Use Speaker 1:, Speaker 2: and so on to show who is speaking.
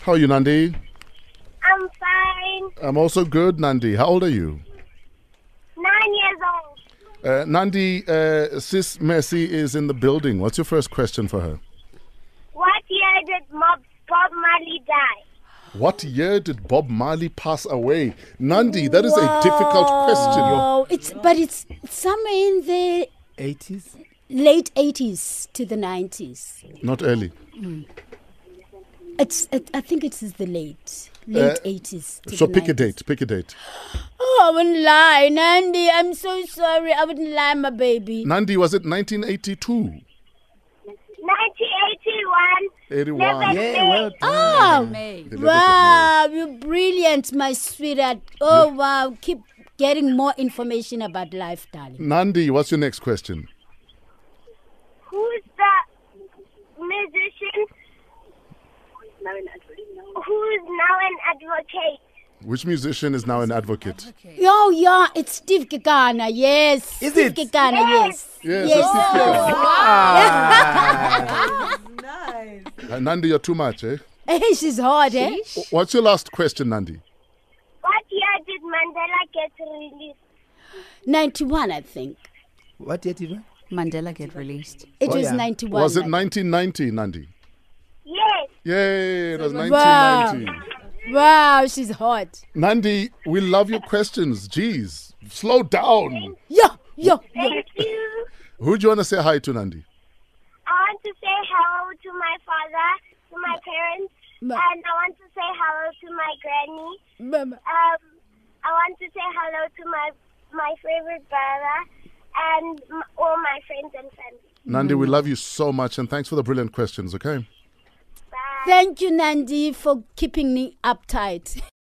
Speaker 1: How are you, Nandi?
Speaker 2: I'm fine.
Speaker 1: I'm also good, Nandi. How old are you?
Speaker 2: Nine years old.
Speaker 1: Uh, Nandi, uh, Sis Messi is in the building. What's your first question for her?
Speaker 2: What year did Bob, Bob Marley die?
Speaker 1: What year did Bob Marley pass away? Nandi, that is a difficult question.
Speaker 3: Oh, it's but it's somewhere in the
Speaker 4: 80s?
Speaker 3: late 80s to the 90s.
Speaker 1: Not early.
Speaker 3: It's it, I think it is the late late 80s. To
Speaker 1: Uh, So
Speaker 3: the
Speaker 1: pick a
Speaker 3: 90s.
Speaker 1: date. Pick a date.
Speaker 3: Oh, I wouldn't lie, Nandi. I'm so sorry. I wouldn't lie, my baby.
Speaker 1: Nandi, was it 1982?
Speaker 2: 1981.
Speaker 1: 81.
Speaker 2: Never-
Speaker 4: Yeah, Eh, well done.
Speaker 1: Mm.
Speaker 3: Oh,
Speaker 5: May.
Speaker 1: The 11th of May.
Speaker 3: wow, you're brilliant, my sweetheart. Oh, wow. Keep getting more information about life, darling.
Speaker 1: Nandi, what's your next question?
Speaker 2: Who's the musician who's now an advocate?
Speaker 1: Which musician is now an advocate?
Speaker 3: Yo, yeah, it's Steve Kikana, yes.
Speaker 4: Is
Speaker 3: Steve
Speaker 4: it?
Speaker 3: Kikana, yes.
Speaker 1: Yes,
Speaker 3: Yes.
Speaker 1: that's the question.
Speaker 5: Nice.
Speaker 1: Uh, Nandi, you're too much, eh?
Speaker 3: Hey, she's hard, eh?
Speaker 1: What's your last question, Nandi?
Speaker 2: What year did Mandela get released?
Speaker 3: 91, I think.
Speaker 4: What did you do?
Speaker 5: Mandela get released.
Speaker 3: It
Speaker 4: Oh,
Speaker 3: was
Speaker 4: yeah.
Speaker 3: 91.
Speaker 1: Was it
Speaker 3: like-
Speaker 1: 1990, Nandi?
Speaker 2: Yes.
Speaker 1: Yay, it was
Speaker 3: Wow.
Speaker 1: 1990.
Speaker 3: Wow, she's hot.
Speaker 1: Nandi, we love your questions. Jeez, slow down.
Speaker 3: Yo, yo, yo.
Speaker 2: Thank you.
Speaker 1: Who do you want to say hi to, Nandi?
Speaker 2: I want to say hello to my father, to my parents,
Speaker 3: Ma-
Speaker 2: and I want to say hello to my granny.
Speaker 3: Mama.
Speaker 2: Um, I want to say hello to my my favorite brother and m- all my friends and family.
Speaker 1: Nandi, we love you so much and thanks for the brilliant questions, okay?
Speaker 2: Bye.
Speaker 3: Thank you, Nandi, for keeping me uptight.